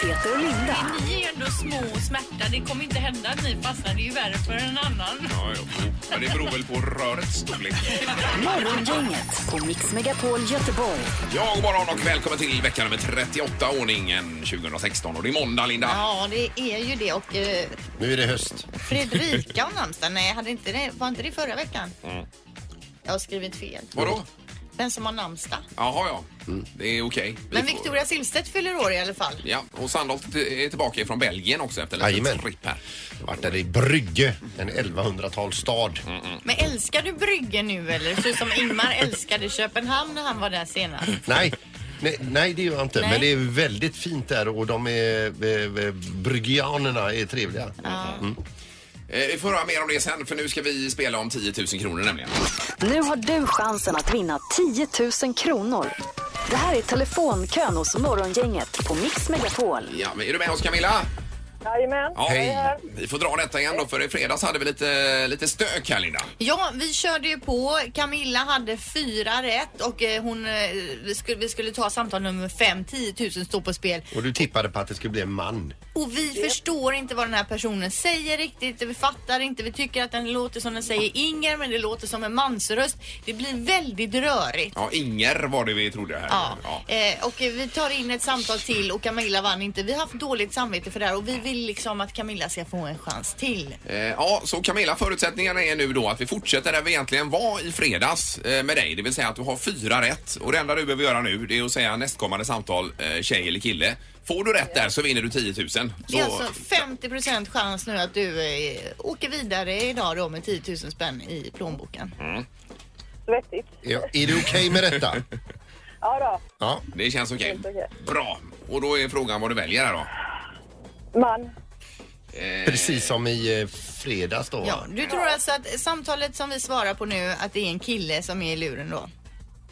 Peter och Linda. Ni är ändå små och smärta. Det kommer inte hända att ni fastnar. Det är ju värre för en annan. Ja, jo. Men det beror väl på rörets storlek. Morgongänget på Mix Megapol Göteborg. Ja, god morgon och välkommen till vecka nummer 38, ordningen 2016. Och det är måndag, Linda. Ja, det är ju det. Och eh, Nu är det höst. Fredrika om namnsdag. Nej, hade inte det, var inte det förra veckan? Jag har skrivit fel. Mm. Vadå? Den som har namnsdag. Jaha, ja. Mm. Det är okej. Vi Men får- Victoria Silvstedt fyller år i alla fall. Ja, och Sandholt är tillbaka från Belgien också efter en liten Jajamän. tripp här. Jag vart där i Brygge, en 1100-talsstad. Mm, Men älskar du Brygge nu eller? Så som Ingmar älskade Köpenhamn när han var där senast. Nej. Nej, nej, det gör jag inte. Nej. Men det är väldigt fint där och de är, eh, eh, bryggianerna är trevliga. Mm. Eh, Vi får höra mer om det sen, för nu ska vi spela om 10 000 kronor nämligen. Nu har du chansen att vinna 10 000 kronor. Det här är telefonkön hos Morgongänget på Mix Megapol. Ja, men är du med oss Camilla? Jajamän. Ja, Hej. Vi får dra detta igen då, för i fredags hade vi lite, lite stök här Linda. Ja, vi körde ju på. Camilla hade fyra rätt och eh, hon, eh, vi, skulle, vi skulle ta samtal nummer fem. 10 000 står på spel. Och du tippade på att det skulle bli en man. Och vi förstår inte vad den här personen säger riktigt. Vi fattar inte. Vi tycker att den låter som den säger Inger, men det låter som en mansröst. Det blir väldigt rörigt. Ja, Inger var det vi trodde här. Ja. Ja. Eh, och eh, vi tar in ett samtal till och Camilla vann inte. Vi har haft dåligt samvete för det här och vi vill liksom att Camilla ska få en chans till. Eh, Ja, så Camilla, förutsättningarna är nu då att vi fortsätter där vi egentligen var i fredags eh, med dig. Det vill säga att du har fyra rätt och det enda du behöver göra nu det är att säga nästkommande samtal, eh, tjej eller kille. Får du rätt där så vinner du 10 000. Så, Det är alltså 50 chans nu att du eh, åker vidare idag då med 10 000 spänn i plånboken. Mm. Svettigt. Är, är det okej med detta? Ja Ja. Det känns okej. Helt okej. Bra. Och då är frågan vad du väljer här då. då. Man. Precis som i eh, fredags då. Ja, du tror alltså att samtalet som vi svarar på nu att det är en kille som är i luren då?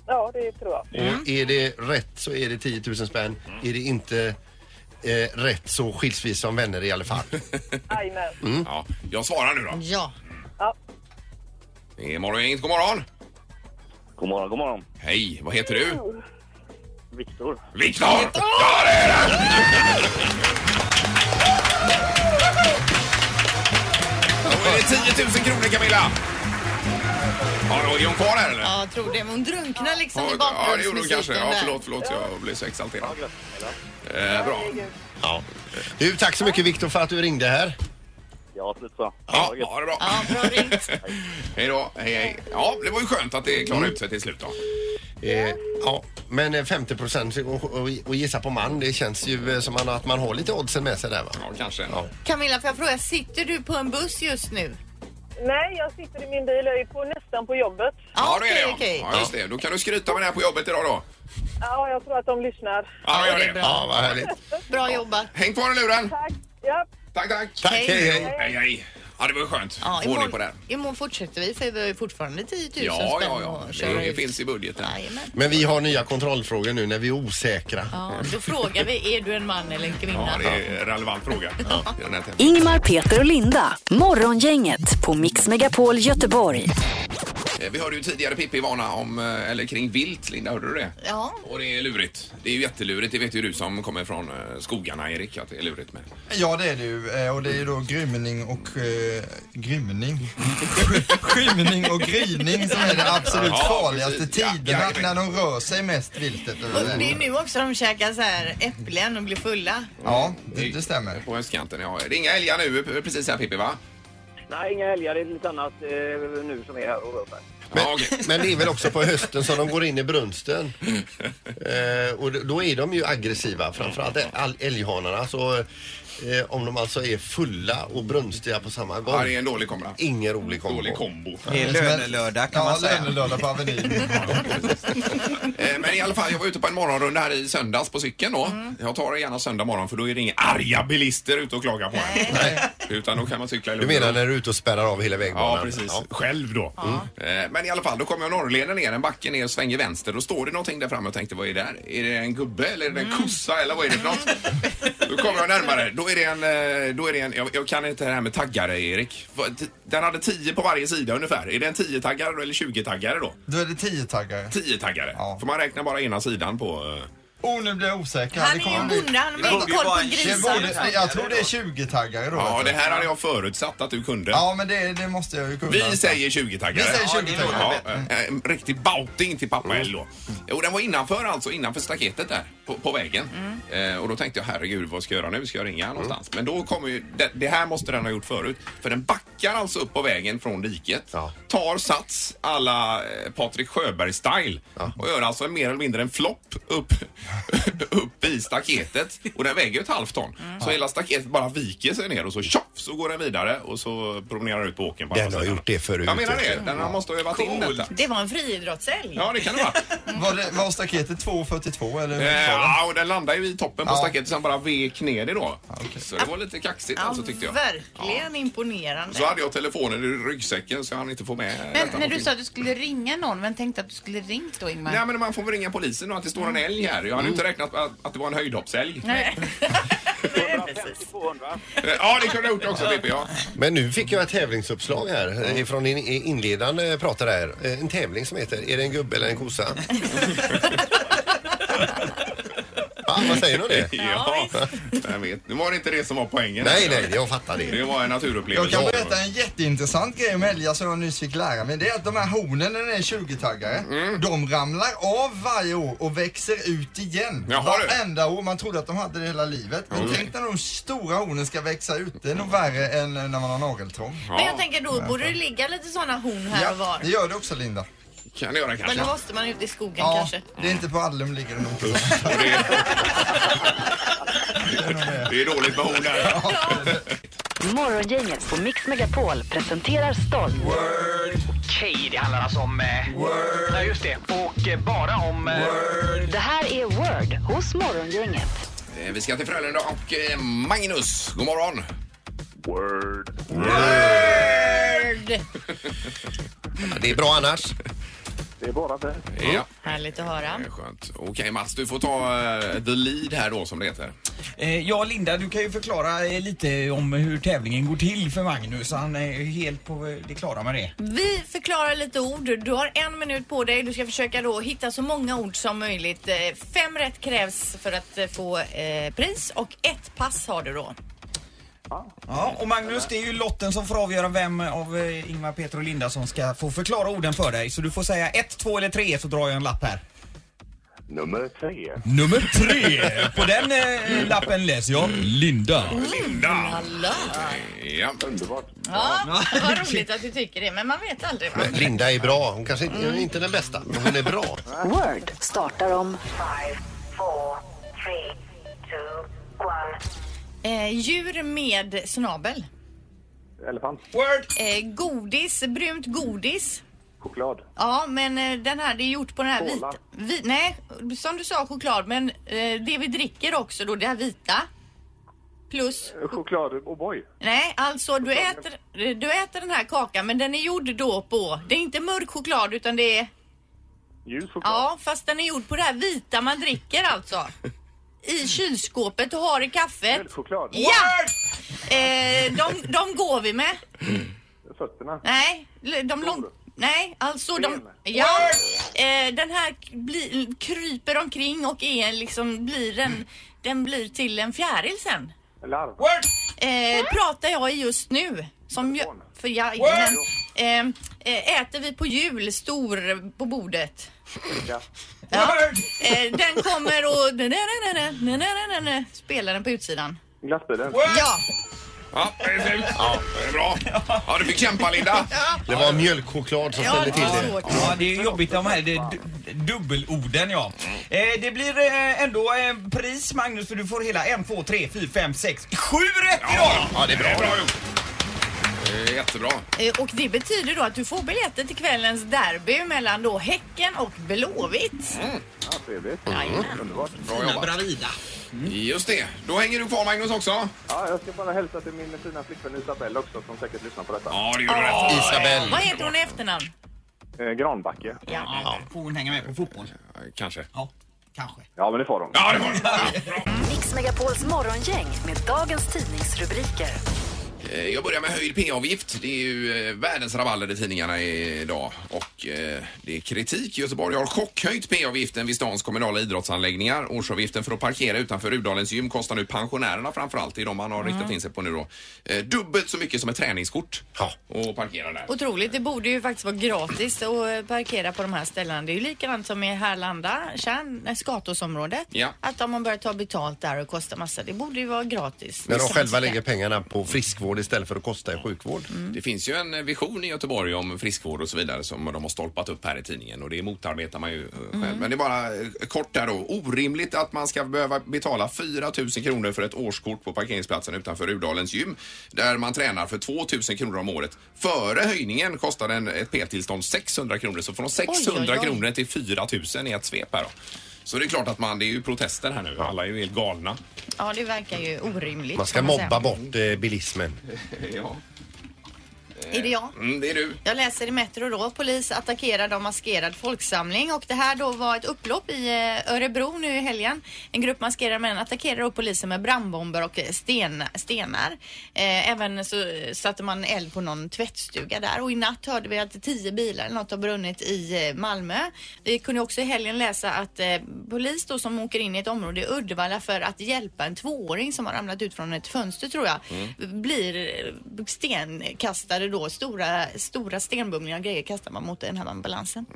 Ja, det tror jag. Mm. Och är det rätt så är det 10 000 spänn. Är det inte eh, rätt så skiljs vi som vänner i alla fall. Mm. Jajamän. Ja, jag svarar nu då. Ja. Ja. Det är morgongänget, god morgon! God morgon, god morgon. Hej, vad heter du? Viktor. Viktor! Ja, det är det! Då är det 10 000 kronor Camilla! Ja, då är hon kvar här eller? Ja, jag tror det. Men hon drunknar liksom i ja, det gjorde hon kanske. bakgrundsmusiken Ja, där. förlåt, förlåt. Jag blev så exalterad. Eh, bra. Ja. Du, tack så mycket Viktor för att du ringde här. Ja, slut så. Ja, ja, det är bra. Ja, bra ringt. Hej då. Hej, hej. Ja, det var ju skönt att det klarade ut sig till slut då. Eh, ja, men eh, 50 procent och, och, och gissa på man, det känns ju eh, som man, att man har lite oddsen med sig där va? Ja, kanske. Ja. Camilla, får jag fråga, sitter du på en buss just nu? Nej, jag sitter i min bil. Jag är på, nästan på jobbet. Ja, det är det. okej, ja. okej. Ja, just det. Då kan du skryta med det här på jobbet idag då. Ja, jag tror att de lyssnar. Ja, det är gör det. bra. Ja, vad härligt. Bra jobbat. Häng kvar i luren. Tack. Ja. Tack, tack. Tack, Hej. hej, hej. Hej, hej. Ja, det var ju skönt. Ja, Få ordning på det här. imorgon fortsätter vi för vi har ju fortfarande 10 000 Ja, spänn ja, ja. att köra Det, det ut. finns i budgeten. Jajamän. Men vi har nya kontrollfrågor nu när vi är osäkra. Ja, då frågar vi, är du en man eller en Ja, kvinna? det är en relevant fråga. I den här tävlingen. Ingmar, Peter och Linda. Morgongänget på Mix Megapol Göteborg. Eh, Vi hörde ju tidigare Pippi varna om, eh, eller kring vilt, Linda, hörde du det? Ja. Och det är lurigt. Det är ju jättelurigt, det vet ju du som kommer från eh, skogarna, Erik, att det är lurigt med. Ja det är det ju Eh, och det är ju då grymning och eh, grymning skymning och gryning som är det absolut Ja, farligaste precis. Ja, tiderna jajamän. när de rör sig mest viltet. Och det är nu också de käkar så här äpplen och blir fulla. Ja, det, det stämmer. På östkanten, ja. Det är inga älgar nu p- precis här Pippi, va? Nej, inga älgar. Det är lite annat eh, nu som är här och rör sig. Men, Ja, okej. men det är väl också på hösten som de går in i brunsten. Eh, och då är de ju aggressiva, framförallt all- älghanarna. Så, eh, om de alltså är fulla och brunstiga på samma gång. Ja, det är en dålig kombo. Ingen rolig kombo. Dålig kombo. Det är lönelördag kan man Ja, säga. lönelördag på Avenyn. Eh, Men i alla fall, jag var ute på en morgonrunda här i söndags på cykeln då. Jag tar det gärna söndag morgon för då är det inga arga bilister ute och klagar på en. Utan då kan man cykla i Du lugn och menar ro. när du är ute och spärrar av hela vägbanan? Mm. Ja, precis. Själv då. Eh, Men i alla fall, då kommer jag norrleden ner, en backe ner och svänger vänster. Då står det någonting där framme och tänkte, vad är det där? Är det en gubbe eller är det en kossa eller vad är det för något? Då kommer jag närmare. Då är det en, eh, då är det en jag, jag kan inte det här med taggare, Erik. Va- t- Den hade tio på varje sida ungefär. Är det en 10-taggare då eller 20-taggare då? Då är det tio taggare. 10-taggare. Ja. För man räknar bara ena sidan på... eh, Oh, nu blir jag osäker. Han Det är ju kommer en bli- bonde, han Det har borde inte ju koll vara på en Det grisar och borde, sånt. jag tror det är 20-taggare då. Ja, vet det du. här hade jag förutsatt att du kunde. Ja, men det, det måste jag ju kunna. Vi säger 20 taggare. Vi säger Mm. Ja, det 20 låter Ja, taggare. bättre. eh, en riktig bouting till pappa L då. Jo, den var innanför alltså, innanför staketet där på, på vägen. Mm. Eh, och då tänkte jag herregud vad ska jag göra nu? Ska jag ringa någonstans? Men då kommer ju, det, det här måste den ha gjort förut. För den backar alltså upp på vägen från diket. Ja. Tar sats alla eh, Patrik Sjöberg-style. Och gör alltså mer eller mindre en flopp upp, upp i staketet. Och den väger ju ett halvt ton. Mm. Så hela staketet bara viker sig ner och så tjoff så går den vidare och så promenerar den ut på åkern. på Den andra har sidan. gjort det förut. Jag menar det. Den har måste ha övat in detta. Det var en friidrottshelg. Ja, det kan det vara. Var, det, var staketet 2,42 eller? Eh, Ja, och den landade ju i toppen på Ja. staketet sen bara vek ner det då. okej. Så det var lite kaxigt Ja, alltså tyckte jag. verkligen imponerande. Så hade jag telefonen i ryggsäcken så jag hann inte få med detta Men när på du film. sa att du skulle ringa någon, vem tänkte att du skulle ringt då Ingmar? Nej men man får väl ringa polisen och att det står Mm. en älg här. Jag hade ju inte Mm. räknat med att, att det var en höjdhoppsälg. Nej. precis. 200. Eh, Ja det kunde jag gjort också Pippi. Ja. Men nu fick jag ett tävlingsuppslag här eh, från din inledande pratare här. Eh, En tävling som heter Är det en gubbe eller en kossa? ja, vad säger du om det? ja. Jag vet. Nu var det inte det som var poängen. Nej, nej, jag fattar Det det. var en Jag naturupplevelse. kan berätta en jätteintressant grej om älgar som jag nyss fick lära mig. Det är att de här hornen när den är 20-taggare, Mm. de ramlar av varje år och växer ut igen. Jaha, du. Mm. Varenda år. Man trodde att de hade det hela livet. Men tänk när de stora hornen ska växa ut. Det är nog värre än när man har nageltrång. Men jag tänker då borde det ligga lite sådana horn här och Ja, var. det gör det också Linda. Kan det göra Men kanske. då måste man ut i skogen Ja, kanske. det är inte på Allum ligger det nog. inte. Och Det, det är dåligt med horn här. Morgongänget på Mix Megapol presenterar stolt. Okej, det handlar alltså om... Eh, Ja, just det. Och eh, bara om... Eh, Det här är Word hos Morgongänget. Eh, Vi ska till Frölunda och eh, Magnus, god morgon. Det är bra annars. Det är bara det. Ja, Härligt att höra. det är skönt. Okej Mats, du får ta eh, the lead här då som det heter. Eh, ja, Linda, du kan ju förklara eh, lite om hur tävlingen går till för Magnus. Han är ju helt på eh, det klara med det. Vi förklarar lite ord. Du har en minut på dig. Du ska försöka då hitta så många ord som möjligt. Eh, Fem rätt krävs för att eh, få eh, pris och ett pass har du då. Ja, och Magnus, det är ju lotten som får avgöra vem av eh, Ingmar, Peter och Linda som ska få förklara orden för dig. Så du får säga ett, två eller tre så drar jag en lapp här. Nummer tre. Nummer tre! På den eh, lappen läser jag Linda. Linda! Hallå! Ja. Underbart. Ja, vad roligt att du tycker det, men man vet aldrig. Va? Linda är bra. Hon kanske inte, hon är inte den bästa, men hon är bra. Mm. Word startar om Eh, djur med snabel. Elefant. Word! Eh, godis, brunt godis. Choklad. Ja, men eh, den här, det är gjort på den här Cola. vita. Vi, nej, som du sa choklad, men eh, det vi dricker också då, det här vita. Plus, Choklad och boy. nej, alltså du äter, du äter den här kakan, men den är gjord då på, det är inte mörk choklad utan det är, Ljus choklad. ja, fast den är gjord på det här vita man dricker alltså. I kylskåpet och har i kaffet. Mjölkchoklad. Ja! Eh, de, de går vi med. Fötterna. Nej, l- de lång... Nej, alltså de... Ben. Ja, eh, den här k- bli, kryper omkring och är liksom blir en... Den blir till en fjäril sen. Larv. Word! Eh, pratar jag i just nu. Som jag, Telefon. för jag, men, ehm, eh, äter vi på jul stor på bordet. Skinka. Ja. Eh, den kommer och na, na, na, na, na, na, na, na, spelar den på utsidan. Glassbilen. Ja, ja, det är slut. Ja, det är bra. Ja, du fick kämpa Linda. Det var mjölkchoklad som ja ställde det till är det. svårt. Ja, det är jobbigt de här det är du- dubbelorden ja. Eh, det blir eh, ändå eh, pris Magnus för du får hela en, två, tre, fyra, fem, sex, sju rätt idag! Ja, det är bra. Det är bra gjort. Det är jättebra. Eh, Och det betyder då att du får biljetter till kvällens derby mellan då Häcken och Blåvitt. Ja, trevligt. Underbart. Bra jobbat. Mm. Bravida. Just det. Då hänger du kvar Magnus också. Ja, jag ska bara hälsa till min fina flickvän Isabelle också som säkert lyssnar på detta. Ja, det gör du rätt i. Isabelle. Vad heter hon i efternamn? Eh, Granbacke. Ja, får hon hänga med på fotboll? Eh, Kanske. Ja, kanske. Ja, men det får hon. Ja, det var det. Mix Megapols morgongäng med dagens tidningsrubriker. Eh, Jag börjar med höjd p-avgift. Det är ju eh, världens rabalder i tidningarna idag. Och eh, det är kritik. Göteborg har chockhöjt p-avgiften vid stans kommunala idrottsanläggningar. Årsavgiften för att parkera utanför Rudalens gym kostar nu pensionärerna framförallt. Det är de man har riktat Mm. in sig på nu då. Eh, Dubbelt så mycket som ett träningskort och parkera där. Otroligt, det borde ju faktiskt vara gratis att eh, parkera på de här ställena. Det är ju likadant som i Härlanda, Tjärn, eh, Skatåsområdet. Ja. Att om man börjar ta betalt där och kosta massa, det borde ju vara gratis. När de Visst, själva visst. lägger pengarna på friskvård istället för att kosta i sjukvård. Det finns ju en vision i Göteborg om friskvård och så vidare som de har stolpat upp här i tidningen och det motarbetar man ju eh, själv. Mm. Men det är bara eh, kort där då. Orimligt att man ska behöva betala 4 000 kronor för ett årskort på parkeringsplatsen utanför Rudalens gym där man tränar för 2 000 kronor om året. Före höjningen kostade en, ett p-tillstånd 600 kronor så från 600 Oj, oj, oj. kronor till 4 000 i ett svep här då. Så det är klart att man, det är ju protester här nu. Alla är ju helt galna. Ja, det verkar ju orimligt. Man ska kan mobba säga. bort eh, bilismen. ja. Är det jag? Mm, det är du. Jag läser i Metro då. Polis attackerade av maskerad folksamling och det här då var ett upplopp i eh, Örebro nu i helgen. En grupp maskerade män attackerade då polisen med brandbomber och eh, sten, stenar. Eh, även så eh, satte man eld på någon tvättstuga där och i natt hörde vi att tio bilar eller något har brunnit i eh, Malmö. Vi kunde också i helgen läsa att eh, polis då som åker in i ett område i Uddevalla för att hjälpa en tvååring som har ramlat ut från ett fönster tror jag blir eh, stenkastade då. Stora, stora stenbumlingar och grejer kastar man mot den här ambulansen.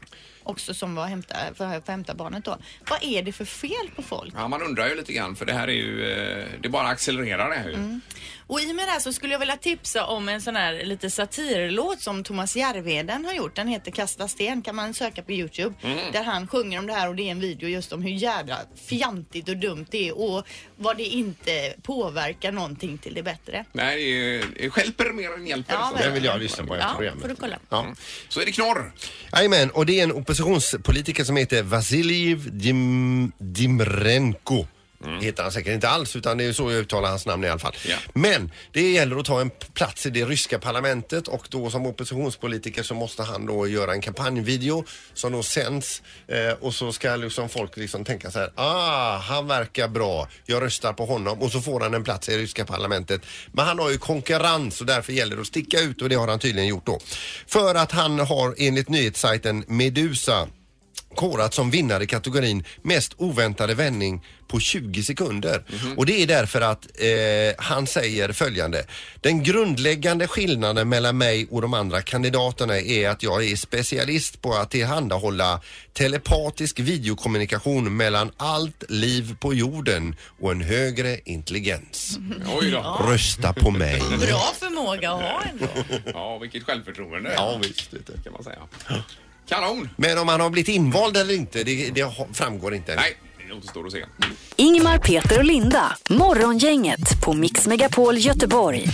Också som var hämta, för att hämta barnet då. Vad är det för fel på folk? Ja, man undrar ju lite grann för det här är ju, eh, det bara accelererar det här ju. Mm. Och i och med det här så skulle jag vilja tipsa om en sån här lite satirlåt som Thomas Järvheden har gjort. Den heter Kasta sten, kan man söka på Youtube. Mm. Där han sjunger om det här och det är en video just om hur jädra fjantigt och dumt det är och vad det inte påverkar någonting till det bättre. Nej, det är ju- det stjälper mer än hjälper. Ja, så. Den vill jag lyssna på efter Ja, programmet. får du kolla. Ja. så är det knorr. Jajamän, och det är en oppositionspolitiker som heter Vasiljev Dim Dimrenko. Heter han säkert inte alls utan det är så jag uttalar hans namn i alla fall. Mm. Ja. Men det gäller att ta en plats i det ryska parlamentet och då som oppositionspolitiker så måste han då göra en kampanjvideo som då sänds eh, och så ska liksom folk liksom tänka så här ah han verkar bra, jag röstar på honom och så får han en plats i ryska parlamentet. Men han har ju konkurrens och därför gäller det att sticka ut och det har han tydligen gjort då. För att han har enligt nyhetssajten Medusa korat som vinnare i kategorin mest oväntade vändning på 20 sekunder. Och det är därför att eh, han säger följande. Den grundläggande skillnaden mellan mig och de andra kandidaterna är att jag är specialist på att tillhandahålla telepatisk videokommunikation mellan allt liv på jorden och en högre intelligens. Oj då. Rösta på mig. Bra förmåga att ha ändå. Ja, vilket självförtroende. visst. vet du. Kan man säga. Kanon! Men om han har blivit invald eller inte, det, det har- framgår inte. än. Nej, det återstår att se. Ingmar, Peter och Linda. Morgongänget på Mix Megapol Göteborg.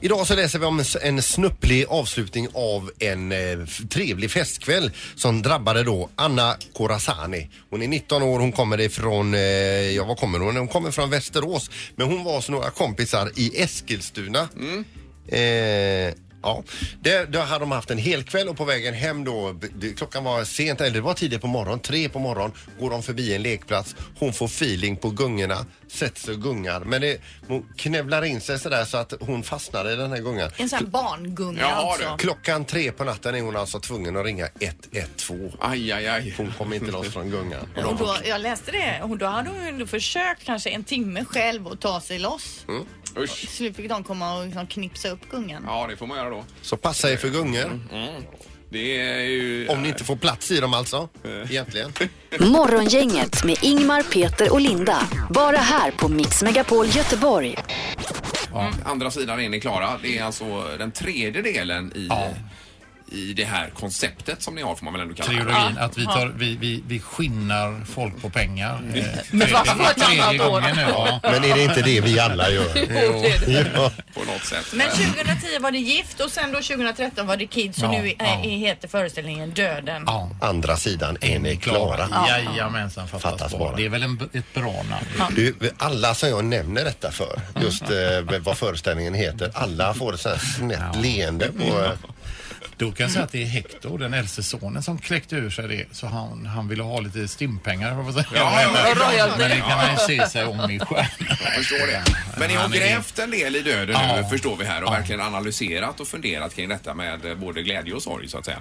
Idag så läser vi om s- en snupplig avslutning av en eh, f- trevlig festkväll som drabbade då Anna Corazani. Hon är 19 år, hon kommer ifrån, eh, ja var kommer hon? Hon kommer från Västerås. Men hon var hos några kompisar i Eskilstuna. Mm. Eh, Ja, där, där hade de haft en hel kväll och på vägen hem då, b- det, klockan var sent, eller det var tidigt på morgonen, tre på morgonen, går de förbi en lekplats. Hon får feeling på gungorna, sätter sig och gungar. Men det, hon knävlar in sig sådär så att hon fastnar i den här gungan. En alltså. sån här barngunga Jaha, också. Klockan tre på natten är hon alltså tvungen att ringa 112. Aj, aj, aj. Hon kommer inte loss från gungan. Och då, jag läste det och då hade hon ju ändå försökt kanske en timme själv att ta sig loss. Mm. Usch. Till slut fick de komma och liksom knipsa upp gungan. Ja, det får man göra då. Mm, Så passa er för gungor. Det är ju... Eh. Om ni inte får plats i dem alltså, egentligen. Morgongänget med Ingmar, Peter och Linda. Bara här på Mix Megapol Göteborg. Ja, Andra sidan är ni klara. Det är alltså den tredje delen i, i det här konceptet som ni har, får man väl ändå kalla det. Teorin att vi, tar, vi, vi, vi skinnar folk på pengar. Eh, Men varför det är tredje annat år? gången nu. Ja. Men är det inte det vi alla gör? Ja. På något sätt. Men 2010 var det Gift och sen då 2013 var det Kids och Ja, nu är, ja. är, heter föreställningen Döden. Ja. Andra sidan, är ni klara? Jajamensan, fattas, Fattas bara. bara. Det är väl en, b- ett bra namn. Du, alla som jag nämner detta för, just eh, vad föreställningen heter, alla får ett sånt här snett leende på... eh, Då kan jag säga att det är Hector, den äldste sonen, som kläckte ur sig det. Så han, han ville ha lite stimpengar. vad man säger. Ja, ja, ja. men, Royalty. men det kan man ju se sig om i stjärnan. Jag förstår det. Men ni har Han är- grävt en del i döden nu Ja. förstår vi här och verkligen analyserat och funderat kring detta med eh, både glädje och sorg så att säga.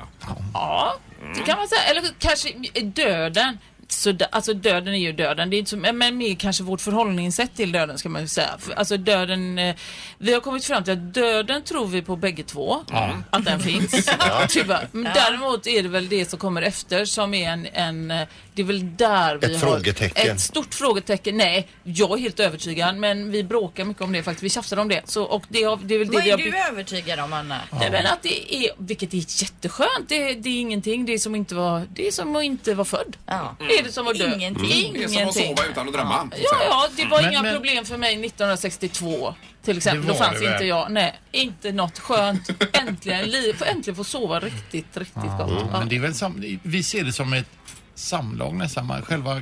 Ja, det kan man säga. Eller kanske eh, döden. Så, d- alltså döden är ju döden. Det är inte så, men- men mer kanske vårt förhållningssätt till döden ska man ju säga. För, alltså döden, eh, vi har kommit fram till att döden tror vi på bägge två. Ja. Att den finns. Ja. Tyvärr. Men Ja. däremot är det väl det som kommer efter som är en, en eh, det är väl där vi Ett har... frågetecken. Ett stort frågetecken. Nej, jag är helt övertygad. Men vi bråkar mycket om det faktiskt. Vi tjafsar om det. Så, och det, har- det är väl det Vad vi är har du övertygad om, Anna? Nej, men att det är, vilket är jätteskönt, det, det är ingenting. Det är som inte var, det är som att inte vara född. Det är det som var död. Mm. Det är som att Ingenting. sova utan att drömma. Ja, ja, det var Mm. inga Men- men- problem för mig 1962. Till Det exempel, då var fanns det väl. inte jag. Nej, inte något skönt. Äntligen, liv, få äntligen få sova riktigt, riktigt Ja, gott. Ja. Mm. Men det är väl sam- vi ser det som ett samlag nästan. Man- Själva,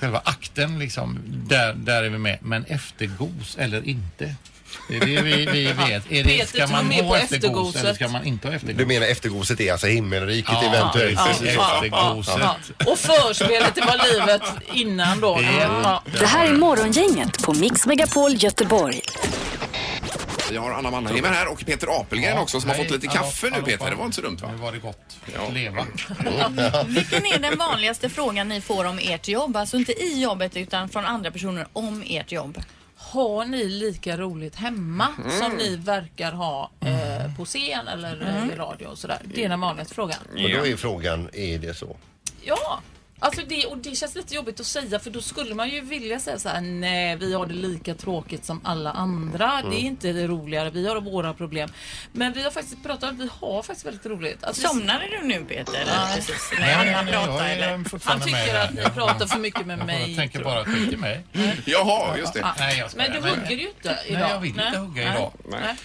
själva akten liksom, där, där är vi med. Men eftergos eller inte. Det är det vi, vi vet. Är Peter det, ska tror man mer på ha eftergos eftergoset. eller ska man inte ha eftergos? Du menar eftergoset är alltså himmelriket Ja, eventuellt? ja, Precis. ja, eftergoset. Ja. Och förspelet, det var livet innan då. Ja. Det här är Morgongänget på Mix Megapol Göteborg. Vi har Anna Mannheimer här och Peter Apelgren också som har fått lite kaffe nu Peter. Det var inte så dumt va? Nu var det gott att leva. Vilken är den vanligaste frågan ni får om ert jobb? Alltså inte i jobbet utan från andra personer om ert jobb. Har ni lika roligt hemma Mm. som ni verkar ha eh, på scen eller Mm. eh, i radio och sådär? Det är den vanligaste frågan. Och då är frågan, är det så? Ja, alltså det, och det känns lite jobbigt att säga för då skulle man ju vilja säga så här: nej vi har det lika tråkigt som alla andra. Mm. Det är inte det roligare, vi har våra problem. Men vi har faktiskt pratat om att vi har faktiskt väldigt roligt. Alltså, Somnade du nu Peter? Eller? Nej. Precis. Nej, han, han pratar jag är eller? fortfarande Han tycker med att här. ni pratar för mycket med Jag mig, tänker tror bara skit i mig. Jaha, just det. Nej, jag skojar. Men du hugger ju inte idag. Nej, jag vill inte hugga idag. Nej.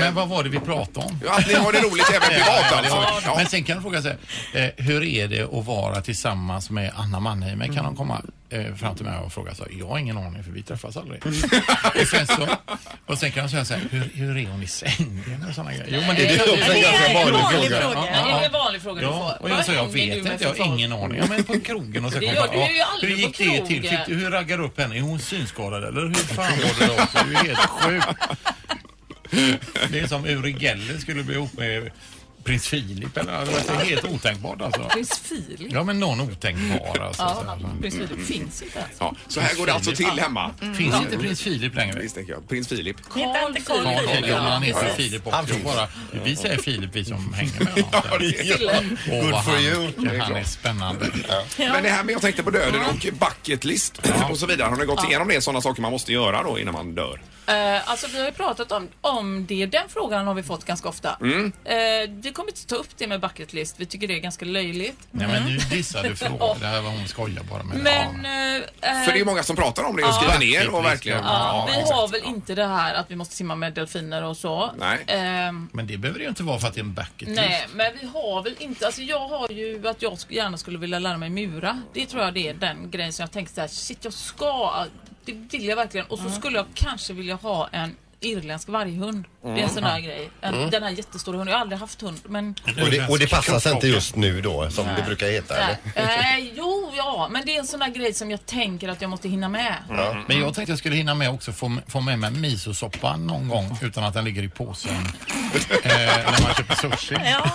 Men vad var det vi pratade om? Eh, Att ni har det roligt även privat, Ja, ja, alltså. det har vi. Ja. Men sen kan jag fråga sig, eh, hur är det att vara tillsammans med Anna Mannheimer? Mm. Kan hon komma eh, fram till mig och fråga så? här, Jag har ingen aning för vi träffas aldrig. Mm. och, sen så, och sen kan hon säga så här, hur, hur är hon i sängen och sådana grejer? Jo, men Det är också en det ganska vanlig Ja, fråga. ja, ja. Det är en vanlig fråga du Ja, får. och jag Vad sa jag hänger du vet med inte, för jag har ingen aning. Ja, men på krogen och så Det kom gör fram, du ju ja, aldrig Hur gick på det till? krogen. Fick du, hur raggade du upp henne? Är hon synskadad eller hur fan var det då? Det är ju helt sjukt. Det är som Uri Geller skulle bli ihop med prins Filip eller det var helt otänkbart alltså. Prins Filip? Ja men någon otänkbar alltså. Ja, så här. prins Filip finns inte ens. Ja, så här går det alltså till hemma. Mm. Finns inte prins Filip längre? Misstänker jag. Prins Filip. Heter inte Carl Ja, Philip? ja, han heter Ja. Filip också. finns. Bara, vi säger Filip vi som hänger med Ja, det är- Åh, Good vad for han- you. Det är Han är klart. spännande. Men det här med jag tänkte på döden och bucket list och så vidare. Har ni gått Ja. igenom det? Sådana saker man måste göra då innan man dör? Eh, alltså vi har ju pratat om, om det. Den frågan har vi fått ganska ofta. Mm. Eh, vi kommer inte ta upp det med bucket list. Vi tycker det är ganska löjligt. Mm. Nej men nu dissar du frågan. Det här var hon skojar bara med. Men... eh, För det är många som pratar om det och Ja. skriver ner och verkligen... Ja, vi exakt, har väl inte det här att vi måste simma med delfiner och så. Nej. Ehm, Men det behöver det ju inte vara för att det är en bucket list. Nej, men vi har väl inte... Alltså jag har ju att jag sk- gärna skulle vilja lära mig mura. Det tror jag det är den grejen som jag tänkte så här, shit jag ska... Det vill jag verkligen. Och så Mm. skulle jag kanske vilja ha en irländsk varghund. Det är en sån där Mm. grej. En, Mm. Den här jättestora hunden. Jag har aldrig haft hund, men... Och det, och det passar sig inte just nu då, som det brukar heta? Eller? Eh, jo, ja, men det är en sån där grej som jag tänker att jag måste hinna med. Ja. Mm. Men jag tänkte jag skulle hinna med också få, få med mig misosoppan någon gång utan att den ligger i påsen eh, när man köper sushi. Ja.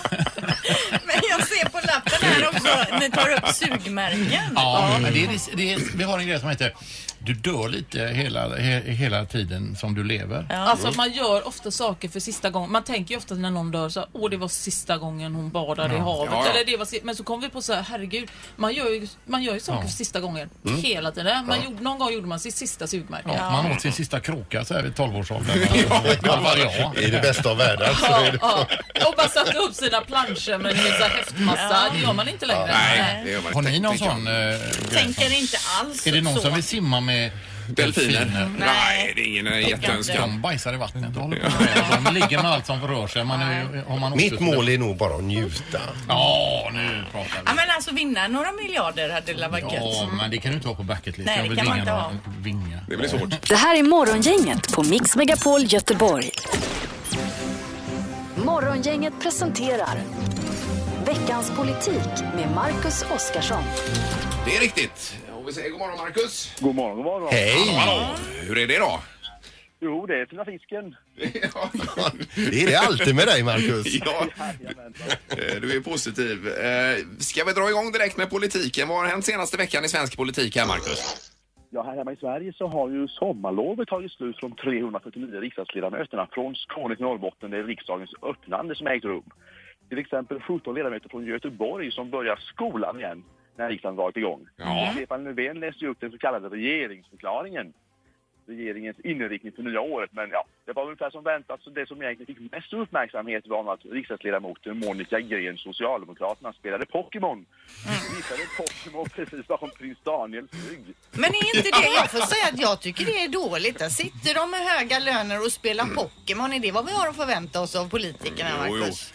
Men jag ser på lappen här också, ni tar upp sugmärken. Ja, men det är, det är, vi har en grej som heter du dör lite hela, he, hela tiden som du lever. Alltså man gör ofta saker för sista gången. Man tänker ju ofta när någon dör så här, åh det var sista gången hon badade i Ja. havet. Ja, ja. Eller det var, si- men så kom vi på så här, herregud. Man gör ju, man gör ju saker Ja. för sista gången. Mm. Hela tiden. Man Ja. gjorde, någon gång gjorde man sitt sista sugmärke. Ja, Man åt sin sista kråka så här vid 12-årsåldern. I det bästa av världar så Ja, är det ja. Och bara satte upp sina planscher med en hel så här häftmassa. Det gör man inte längre. det gör man Har ni någon sån eh, grej? som- Tänker inte alls Är det någon så. som vill simma med Delfiner? delfiner? Nej, det är ingen eh, De jätteönskan. bajsar i vattnet. då håller på med. De ligger med allt som rör sig. Man är, har man Mitt mål är nog bara att njuta. Ja, nu pratar vi. Ja, men alltså vinna några miljarder hade väl varit gött. Ja, men det kan du inte ha på bucket list. Nej, Jag det vill kan man vinga inte några- Vinga. Det blir svårt. Det här är Morgongänget på Mix Megapol Göteborg. Morgongänget presenterar Veckans politik med Marcus Oskarsson. Det är riktigt. Och vi säger god morgon Marcus. God morgon, god morgon. Hallå, hallå. Hur är det då? Jo, det är fina fisken. Det är det alltid med dig, Marcus. ja. Eh, Du är positiv. Eh, Ska vi dra igång direkt med politiken? Vad har hänt senaste veckan i svensk politik här Marcus? Ja, här hemma i Sverige så har ju sommarlovet tagit slut för de 349 riksdagsledamöterna från Skåne till Norrbotten. Det är riksdagens öppnande som ägt rum. Till exempel 17 ledamöter från Göteborg som börjar skolan igen när riksdagen varit igång. Ja. Stefan Löfven läste ju upp den så kallade regeringsförklaringen. Regeringens inriktning för nya året. Men ja, det var ungefär som väntat. Så det som egentligen fick mest uppmärksamhet var nog att riksdagsledamoten Monica Green, Socialdemokraterna, spelade Pokémon. Mm. Visade Pokémon precis bakom prins Daniels rygg. Men är inte det, jag får säga att jag tycker det är dåligt. Där sitter de med höga löner och spelar Pokémon. Är det vad vi har att förvänta oss av politikerna, Marcus?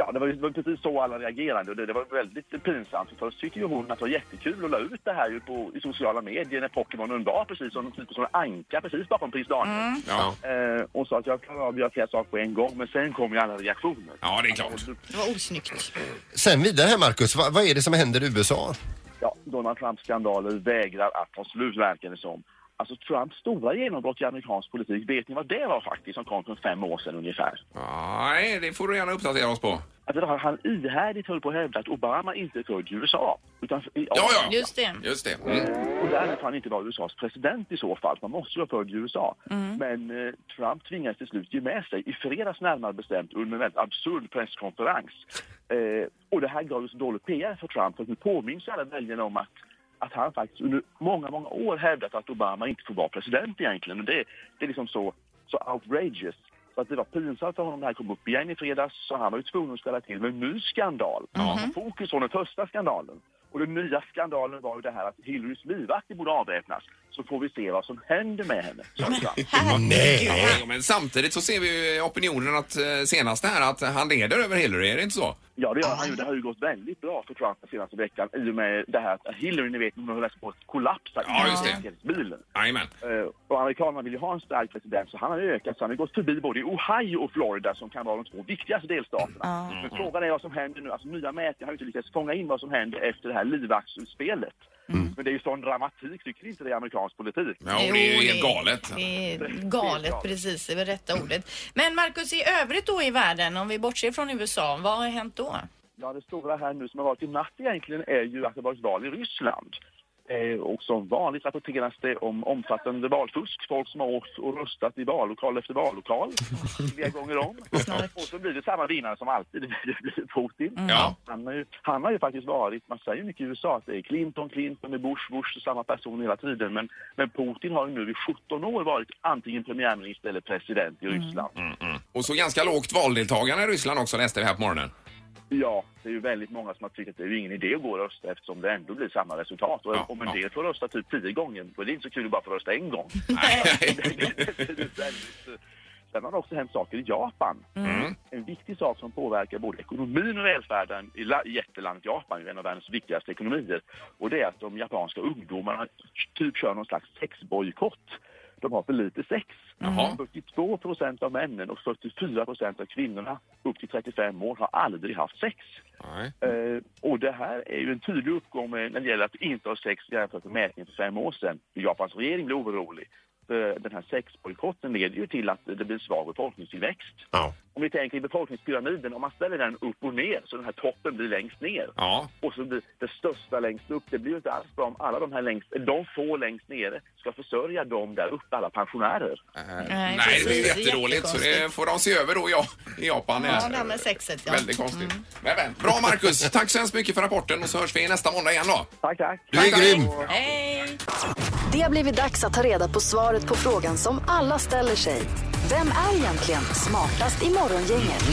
Ja, det var, ju- det var precis så alla reagerade och det, det var väldigt pinsamt. För först tyckte ju hon att det var jättekul och la ut det här ju på, i sociala medier när Pokémon undrar precis som typ som en anka precis bakom prins Daniel. Mm. Ja. Eh, och sa att jag klarar av att göra flera saker på en gång men sen kom ju alla reaktioner. Alltså, Ja, det är klart. Det var osnyggt. Sen vidare här, Marcus. Vad, vad är det som händer i USA? Ja, Donald Trumps skandaler vägrar att ta slut verkar det som. Alltså Trumps stora genombrott i amerikansk politik, vet ni vad det var faktiskt som kom för fem år sedan ungefär? Nej, det får du gärna uppdatera oss på. Alltså, då har han ihärdigt höll på att hävda att Obama inte är född i USA. Utan i ja, Just det. Just det. Mm. Och därmed får han inte vara USAs president i så fall. Man måste ju vara född i USA. Mm. Men eh, Trump tvingades till slut ge med sig, i fredags närmare bestämt, under en väldigt absurd presskonferens. Eh, och det här gav ju så dålig PR för Trump, för nu påminns ju alla väljarna om att att han faktiskt under många, många år hävdat att Obama inte får vara president egentligen. Och det, det är liksom så, så outrageous. Så att det var pinsamt för honom när det här kom upp igen i fredags så han var ju tvungen att ställa till med en ny skandal. Mm-hmm. Fokus på den första skandalen. Och den nya skandalen var ju det här att Hillarys livvakter borde avväpnas. Så får vi se vad som händer med henne. sa Trump. Ja, men samtidigt så ser vi ju i opinionen att eh, senast här att han leder över Hillary, är det inte så? Ja, det gör han ju. Det har ju gått väldigt bra för Trump den senaste veckan i och med det här att Hillary, ni vet, hon höll på att kollapsa Ja, just det. bilen. Jajamän. Eh, Och amerikanerna vill ju ha en stark president så han har ju ökat så han har gått förbi både i Ohio och Florida som kan vara de två viktigaste delstaterna. Ja. Mm-hmm. Men frågan är vad som händer nu. Alltså nya mätningar har ju inte lyckats fånga in vad som händer efter det här livvaktsutspelet. Men det är ju sån dramatik, tycker ni inte det i amerikansk politik? Ja, och det är ju helt galet. Det är galet, precis. Det var rätta ordet. Men Marcus, i övrigt då i världen, om vi bortser från USA, vad har hänt då? Ja, det stora här nu som har varit i natt egentligen är ju att det varit val i Ryssland. Eh, och som vanligt rapporteras det om omfattande valfusk. Folk som har åkt och röstat i vallokal efter vallokal flera gånger om. Och så blir det samma vinnare som alltid. Det blir Putin. Ja. Han, har ju, han har ju faktiskt varit, man säger ju mycket i USA att det är Clinton, Clinton, det är Bush, Bush, samma person hela tiden. Men, men Putin har ju nu i 17 år varit antingen premiärminister eller president i Ryssland. Mm, Och så ganska lågt valdeltagande i Ryssland också läste vi här på morgonen. Ja, det är ju väldigt många som har tyckt att det är ju ingen idé att gå och rösta eftersom det ändå blir samma resultat. Och om en del får rösta typ tio gånger, då är det inte så kul att bara få rösta en gång. Sen har det också hänt saker i Japan. Mm. En viktig sak som påverkar både ekonomin och välfärden i la- jättelandet Japan, ju en av världens viktigaste ekonomier, och det är att de japanska ungdomarna typ kör någon slags sexbojkott. De har för lite sex. 42 procent av männen och 44 procent av kvinnorna upp till 35 år har aldrig haft sex. Eh, och det här är ju en tydlig uppgång med, när det gäller att inte ha sex jämfört med mätningen för fem år sedan. Japans regering blev orolig. För den här sexbojkotten leder ju till att det blir en svag befolkningstillväxt. Om vi tänker i befolkningspyramiden, om man ställer den upp och ner så den här toppen blir längst ner. Ja. Och så blir det största längst upp. Det blir ju inte alls bra om alla de här längst, de få längst nere ska försörja dem där uppe, alla pensionärer. Nej, Nej, det precis. blir jättedåligt så det får de se över då ja, i Japan. Ja, här. det här med sexet, ja. Väldigt konstigt. Men, men, bra Marcus, tack så hemskt mycket för rapporten och så hörs vi nästa måndag igen då. Tack, tack. Du är grym. Hej! Det har blivit dags att ta reda på svaret på frågan som alla ställer sig. Vem är egentligen smartast i Morgongänget?